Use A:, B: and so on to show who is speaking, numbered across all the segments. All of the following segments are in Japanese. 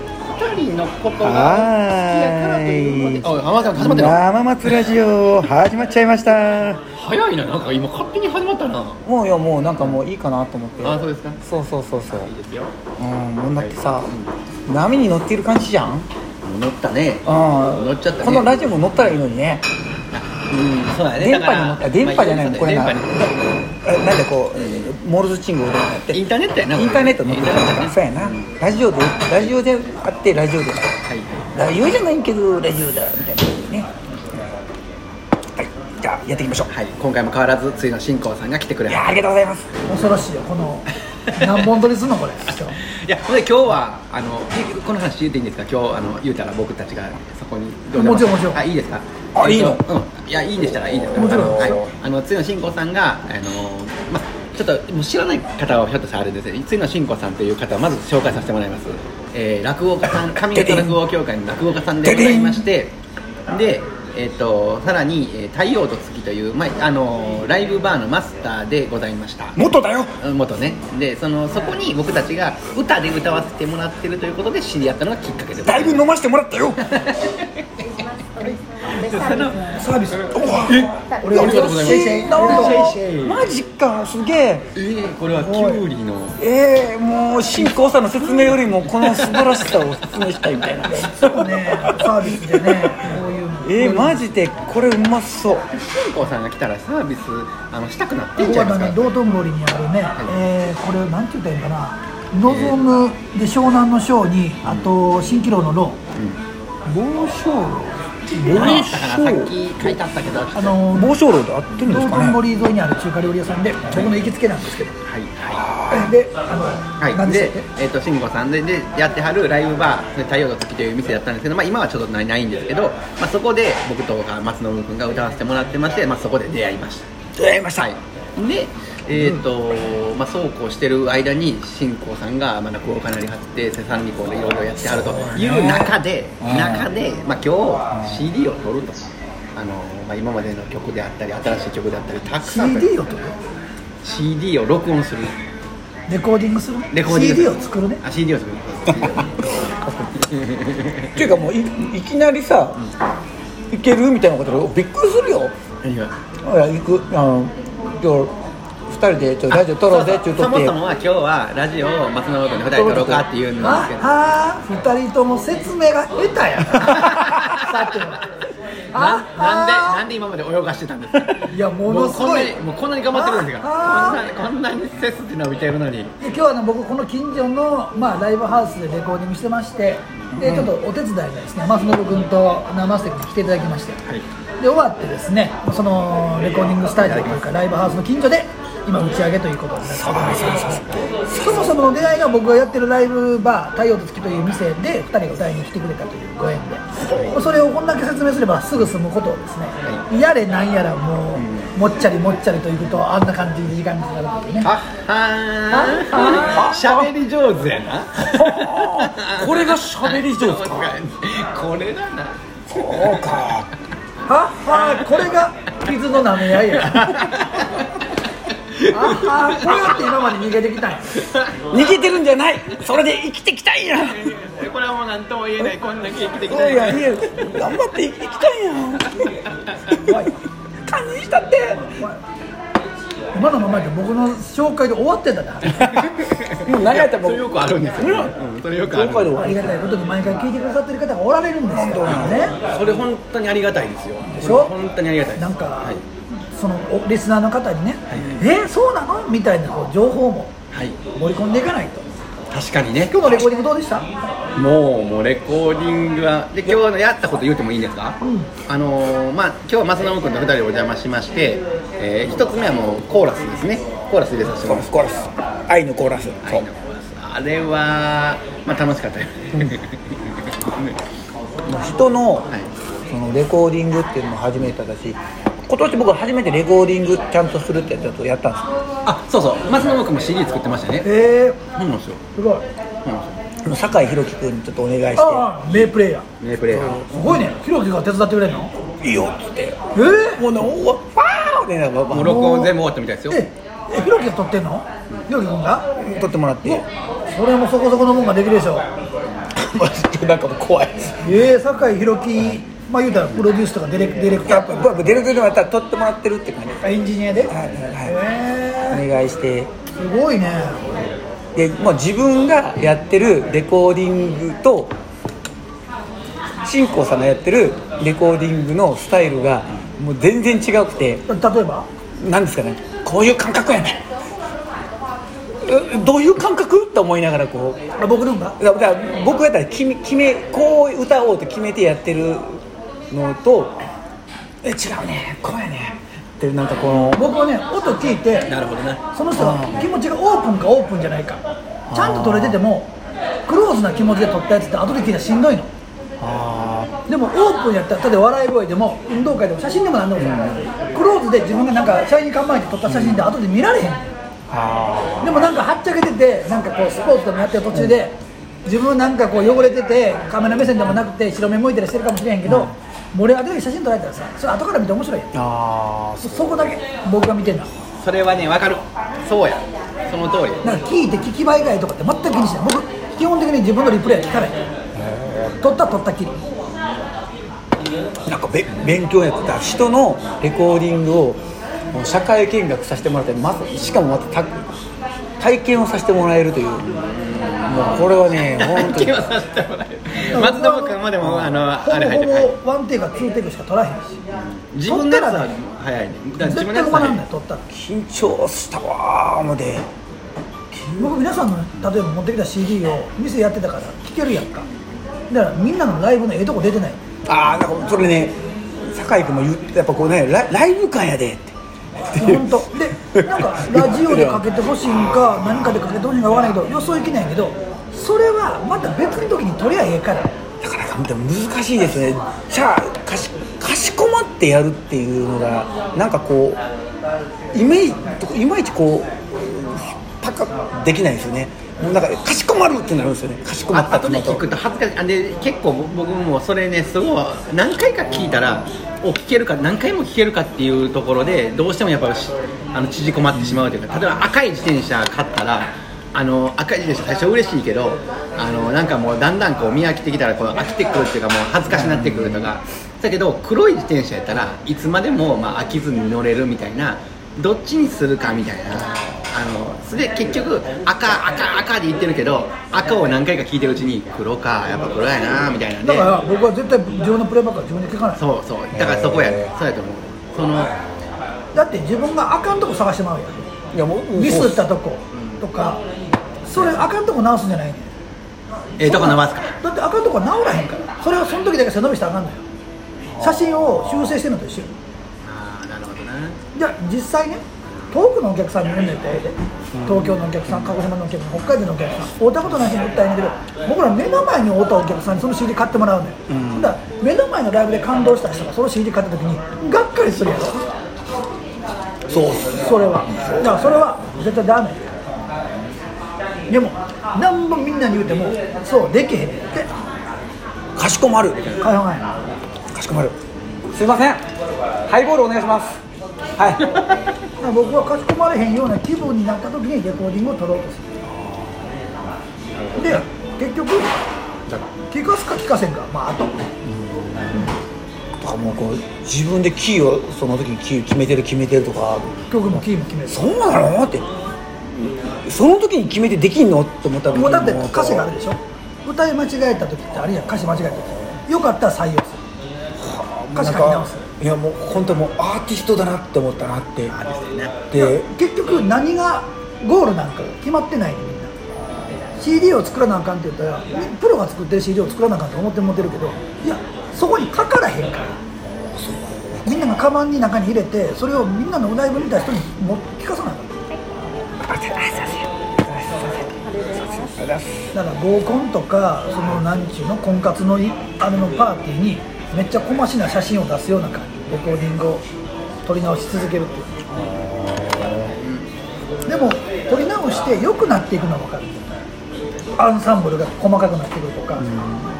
A: 二人のことが好きやからというので
B: は
A: おい浜田さん始まったよ
B: 生松ラジオ始まっちゃいました
A: 早いななんか今勝手に始まったな
B: もうよもうなんかもういいかなと思って
A: あそうですか
B: そうそうそうそう
A: いいですよ
B: うんもうだってさ波に乗ってる感じじゃんうん
A: 乗ったね乗
B: 乗
A: っちゃったね
B: このラジオも乗ったらいいのにね
A: うんそうだね
B: 電波に乗った電波じゃないのこれな
A: な
B: えなんでこうモールズチングをやって
A: イ
B: イ
A: ンターネットやな
B: ンターネット乗ってる
A: インターネット
B: か
A: や
B: ら
A: な
B: そうやな
A: うん
B: ラジオでラジオであってラジオで
A: はいはい
B: ラジオじゃないけどラジオだみたいなねはいじゃあやっていきましょう
A: はい、今回も変わらず、ついの新行さんが来てくれ
B: い
A: ま
B: や
A: す。
B: ありがとうございます
C: 恐ろしいよこの何本撮りすんのこれ今日
A: いや、ほんで、今日は、あの、えこの話言っていいんですか、今日、あの、言うたら、僕たちが、そこに。
C: もちろんもちろん
A: あ、いいですか。
B: あいいの
A: えっとうん、いや、いいんでしたら、いいですか。
C: もちろん
A: あのはい
B: もちろん、
A: あの、ついの新行さんが、あの、まちょっと、もう知らない方は、ひょっとしたらあれですね、ついの新行さんという方を、まず紹介させてもらいます。えー、落語家 さん、上方落語協会の落語家さんでございまして。で。えっとさらに「えー太陽と月」という、まあのライブバーのマスターでございました
B: 元だよ
A: 元ねでそのそこに僕たちが歌で歌わせてもらってるということで知り合ったのがきっかけです
B: だいぶ飲ましてもらった よ
A: その
C: サービス
B: 俺
A: ありがとうございます
B: ますマジかすげえ
A: えー、これはキュウリの
B: えー、もう新興さんの説明よりもこの素晴らしさを説明したいみたいな
C: そうねサービスでねこういうの
B: えー、マジでこれうまそう
A: 新子さんが来たらサービスあのしたくなって
C: こ
A: ん
C: こ
A: じゃ
C: は
A: ないで
C: ね
A: すか
C: 道頓堀にあるね、えーこれなんて言ったらいいんかな望むで湘南の湘にあと新喜楼の楼
B: 暴昇
A: あ
B: 楼
A: のさっき書いてあったけど
C: あのー
B: 暴昇楼で合ってるんで
C: 道
B: す
C: 頓
B: かね
C: 堀沿いにある中華料理屋さんで僕の行きつけなんですけど
A: はいは
C: であ
A: い、は
C: の何
A: い、
C: で
A: で
C: したっけ、
A: えっと慎吾さんででやってはるライブバー「太陽の月」という店だったんですけど、まあ、今はちょっとないないんですけど、まあ、そこで僕とか松信君が歌わせてもらってまして、まあ、そこで出会いました
B: 出会いました、
A: はい、で、えーとまあ、そうこうしてる間に新興さんが、まあ、落語家なりはってセサンリコでいろいろやってはるという中で、中で、まあ、今日 CD を取るとあの、まあ、今までの曲であったり新しい曲であったりたくさん
C: CD をと
A: CD を録音する
C: レコーディングする
A: レコーディング
C: CD を作るね
A: あ CD を作る
B: っていうかもういいきなりさ、いけるみたいなことでびっくりするよ
A: 何が
B: ほら行くあの今日二人でちょっとラジオ撮ろうぜって言うと
A: そ
B: っ
A: も
B: て
A: そもは今日はラジオを松永君の2人撮ろうかっていうんですけど
C: ああ二人とも説明 が下手やさっきの
A: ななんで
C: あ
A: なんで今まで泳がしてたんですか
C: いやものすごい
A: もうこんなにもうこんなに頑張ってるんです
C: あ
A: がこんなこんなに背筋伸びてるのに
C: で今日はね僕この近所の、まあ、ライブハウスでレコーディングしてましてでちょっとお手伝いがですね松信君と生瀬君に来ていただきまして
A: はい
C: で終わってですねそのレコーディングスタジオというかライブハウスの近所で今打ち上げということになってますそもそもの出会いが僕がやってるライブバー「太陽と月」という店で2人が歌いに来てくれたというご縁でそれをこんだけ説明すればすぐ済むことをですねやれなんやらもうもっちゃりもっちゃりということあんな感じで時間がかかるというね
A: あはーんしゃべり上手やな
B: これが喋り上手か
A: これだな
B: そうか
C: はっはーこれが傷の舐め合い やはっはーこうやって今まで逃げてきたんや
B: 逃げてるんじゃないそれで生きてきたんや
A: これはもう何とも言えないこんなケーキ的
B: いやいや頑張って生きてきたんや感じしたって
C: 今のままで僕の紹介で終わってたな
B: もう長いと
A: そ
B: も
A: れよくあるんですよ、うん、それよくあ
B: 今回で
A: る
B: 終
C: あ
B: わ
C: り
B: り
C: がたいことに毎回聞いてくださってる方がおられるんですよね
A: それ本当にありがたいですよ
C: でしょ
A: 本当にありがたいです
C: なんか、
A: はい、
C: そのおリスナーの方にね、えーそうなのみたいなこう情報も
A: はい、
C: 盛り込んでいかないと
A: 確かにね
C: 今日のレコーディングどうでした
A: もうもうレコーディングはで今日のやったこと言うてもいいんですか、あのーまあ今日は松永君と2人でお邪魔しまして、え1つ目はもうコーラスですねコーラス入れさせてもらいます
B: コーラス愛のコーラスそう
A: あれは、まあ、楽しかったよ、ね
B: 人の
A: はい
B: そのレコーディングっていうのも初めてだし今年僕初めてレコーディングちゃんとするってやつをやったんですよ
A: あそうそう松永君も CD 作ってましたね
C: え
A: そうなんですよ
C: ー、すごい
A: そうなんですよ
B: あの酒井宏樹君にちょっとお願いし
C: ああ名プレイヤー
A: 名プレイヤー
C: すごいねひろきが手伝ってくれるの
B: て「いいよ」っつって
C: えー
B: もうね「おわファー!」ってなんか
A: もう
B: ま
A: 録音全部終わったみたいですよ
C: ええひろきが撮ってんのひろきくん が
B: あ撮ってもらって
C: それもそこそこのもんができるでしょ
B: なんかもう怖いです
C: ええ酒井宏樹まあ言うたらプロデュースとかディレクディレクタ
B: やっ
C: ー
B: ぱ
C: と
B: 僕ディレクターの方は撮ってもらってるって感じ
C: かエンジニアで、
B: はいはいはい
C: え
B: お願いして
C: えすごいね
B: でもう自分がやってるレコーディングと新光さんがやってるレコーディングのスタイルがもう全然違くて
C: 例えば
B: なんですかねこういう感覚やねえどういう感覚と思いながらこう
C: あ僕のが
B: だだから僕やったら決め決めこう歌おうと決めてやってるのとえ違うねこうやねってなんかこの
C: 僕はね音聞いて
A: なるほどね
C: その人が気持ちがオープンかオープンじゃないかちゃんと取れててもクローズな気持ちで取ったやつって後で聞いたらしんどいの
B: あ
C: でもオープンやったら例えば笑い声でも運動会でも写真でも何でもさクローズで自分がなんか社員に構えて撮った写真って後で見られへん
B: ーあ
C: でもなんかはっちゃけててなんかこうスポーツでもやってる途中で自分なんかこう汚れててカメラ目線でもなくて白目向いたりしてるかもしれへんけど盛り上がり写真撮られたらさそれ後から見て面白いやん
B: ーあー
C: そそこだけ僕が見てんだ
A: それはね分かるそうやその通り
C: なんか聞いて聞き場以外とかって全く気にしない僕基本的に自分のリプレイは聞かない撮った撮ったきり
B: なんかべ勉強やってた人のレコーディングをもう社会見学させてもらってまずしかもまたた体験をさせてもらえるというもうこれはね本当
A: 気
B: に
A: はさせてもらえる松田君までもあのあれ入ってる、は
C: ほ
A: い
C: ぼほぼワンテイクかツーテイクしか撮らへんし
A: 自分のやつは早いねだから自
C: 絶
A: 分
C: 対
A: のやつ
C: 困
A: は
C: ら
A: 早
C: ん
A: い
C: のよ撮ったら
B: 緊張したわー思て
C: 僕皆さんの例えば持ってきた CD を店やってたから聴けるやんかだからみんなのライブのええとこ出てない
B: ああなんかそれね酒井君も言ってやっぱこうねラライブ感やでって
C: 本当でなんかラジオでかけてほしいんか何かでかけてほしいんかわからないけど予想いきないけどそれはまた別の時に撮りゃええから
B: なかなか本当に難しいですねじゃあかしかしこまってやるっていうのがなんかこうイメージいまいちこうパカできないんですよねもうなんかかしこまるってなるんですよねかしこまっ
A: あ
B: た
A: 後で聞くと恥ずかしいあで結構僕もそれねすごい何回か聞いたらお聞けるか何回も聞けるかっていうところでどうしてもやっぱしあの縮こまってしまうというか例えば赤い自転車買ったらあの赤い自転車最初嬉しいけどあのなんかもうだんだんこう見飽きてきたらこう飽きてくるっていうかもう恥ずかしになってくるとかだけど黒い自転車やったらいつまでもまあ飽きずに乗れるみたいなどっちにするかみたいな。あのそれで結局赤赤赤で言ってるけど赤を何回か聞いてるうちに黒かやっぱ黒やなみたいなんで
C: だから僕は絶対自分のプレイバックは自分で聴かない
A: そうそうだからそこやねそうやと思うその
C: だって自分があかんとこ探してまうやん
B: いやもう
C: ミス
B: そう
C: ったとことかそれあかんとこ直すんじゃないねん
A: えー、どこ伸ばすか
C: だってあかんとこは直らへんからそれはその時だけ背伸びしたらあかんのよ写真を修正してるのと一緒よ
A: ああなるほどな
C: じゃあ実際ね遠くのお客さんに呼んでって東京のお客さん鹿児島のお客さん北海道のお客さん会うたことない人に訴えるんだけど僕ら目の前に会うたお客さんにその CD 買ってもらうのよ、だから目の前のライブで感動した人がその CD 買った時にがっかりするやろ
B: そうっす
C: それはだからそれは絶対ダメでも何もみんなに言うてもそうできへんって
B: かしこまる
C: 解放がやな
B: かしこまるすいませんハイボールお願いしますはい
C: だから僕はかしこまれへんような気分になった時にレコーディングを取ろうとするで結局聞かすか聞かせんかまああと
B: とかもうこう自分でキーをその時にキー決めてる決めてるとか
C: 曲もキーも決める
B: そうなのってその時に決めてできんのって思ったら
C: もうだって歌詞があるでしょ歌い間違えた時ってあるやん歌詞間違えた時よかったら採用する歌詞書き直す
B: いやもう本当もうアーティストだなって思ったなってで
C: 結局何がゴールなんか決まってないねみんな CD を作らなあかんって言ったらプロが作ってる CD を作らなあかんと思って持ってるけどいやそこにかからへんからみんながカバンに中に入れてそれをみんなのライブ見た人にも聞かさなあかんだから合コンとかその何ちゅうの婚活のいあれのパーティーにめっちゃこましな写真を出すような感じレコーディングを撮り直し続けるっていうでも撮り直して良くなっていくのは分かるアンサンブルが細かくなってくるとか、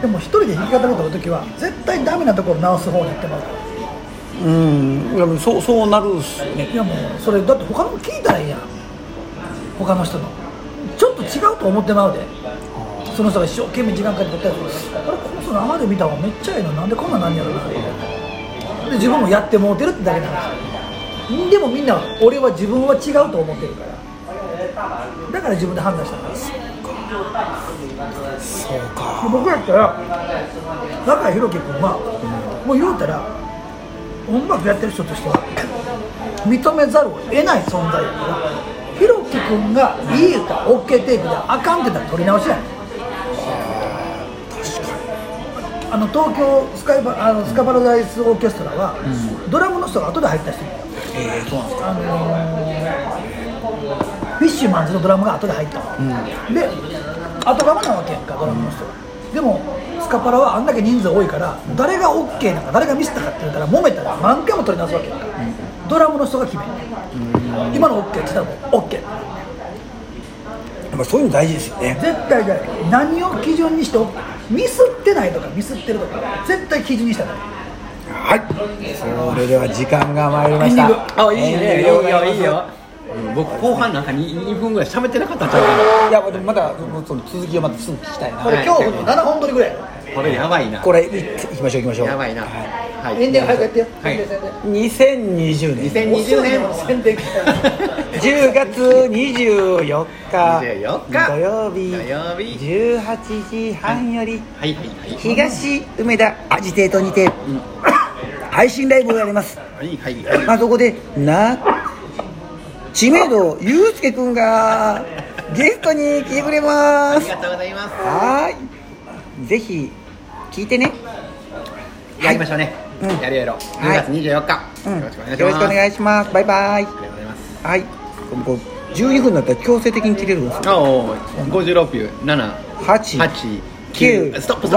C: でも一人で弾き語りを撮るときは絶対ダメなところ直す方に行ってもらうから
B: うんいやもうそうそうなるっすよね
C: いやもうそれだって他の聞いたらいいやん他の人のちょっと違うと思ってまうでその人が一生懸命時間かけて撮ったやつあれこの人生で見たわめっちゃええのなんでこんなんなんやろなってで自分もやってもうてるってだけなんですよでもみんな俺は自分は違うと思ってるからだから自分で判断したんです
B: そうか
C: 僕やったら中井宏樹君は、もう言うたら音楽やってる人としては認めざるを得ない存在やから宏樹君がいい歌 OK テイクであかんって言ったら取り直しやねんあの東京スカイバあのスカパラダイスオーケストラは、ドラムの人が後で入った人や
B: ええそうなんですか
C: あのーフィッシュマンズのドラムが後で入ったの、で後釜なわけやんかドラムの人が、でもスカパラはあんだけ人数多いから誰が OK なのか誰がミスったかって言うたら揉めたら何回も取り直すわけやんか、ドラムの人が決める、今の OK って言ったらもう OK
B: やっぱそういうの大事ですよね
C: 絶対だよ何を基準にして OK ミスってないとかミスってるとか絶対基準にしたらダメ
B: はいそれでは時間が参りまし
C: エンデ
B: た
A: あいいねいい
B: エンディング
A: よ
B: で
A: いいよい
B: ござます
A: いようん僕後半なんか2分ぐらい喋ってなかったんちゃうかない
B: やでもまだその続きをまたすぐ聞きたいな
C: これ今日の7本撮りぐらい
A: これやばいな
B: これいいきましょういきましょう
A: やばいな
B: は
A: は
C: エンディング早くやってよ、
A: はい
C: 宣伝宣伝
B: い2020年
A: 2020年
C: 宣伝
B: 10月24日
A: 24日
B: 土曜日
A: 土曜日
B: 18時半より
A: はいはいはい
B: 東梅田アジテートにて
A: ん
B: 配信ライブをやります
A: はいはいはい
B: まあそこでな知名度ゆうすけくんがゲストに来てくれま
A: あり
B: す
A: がとうございます
B: はーいぜひ聞いてね
A: やりましょうね
B: うん
A: やるやろう
B: は
A: 10
B: い
A: 月24
B: う
A: 日
B: ん
A: よろしくお願いします
B: よろしくお願いしますバイバイ
A: ありがとうございます
B: はいこう12分だったら強制的に切れるんですよ
A: あお56秒7
B: 8
A: 8 9ストップストップ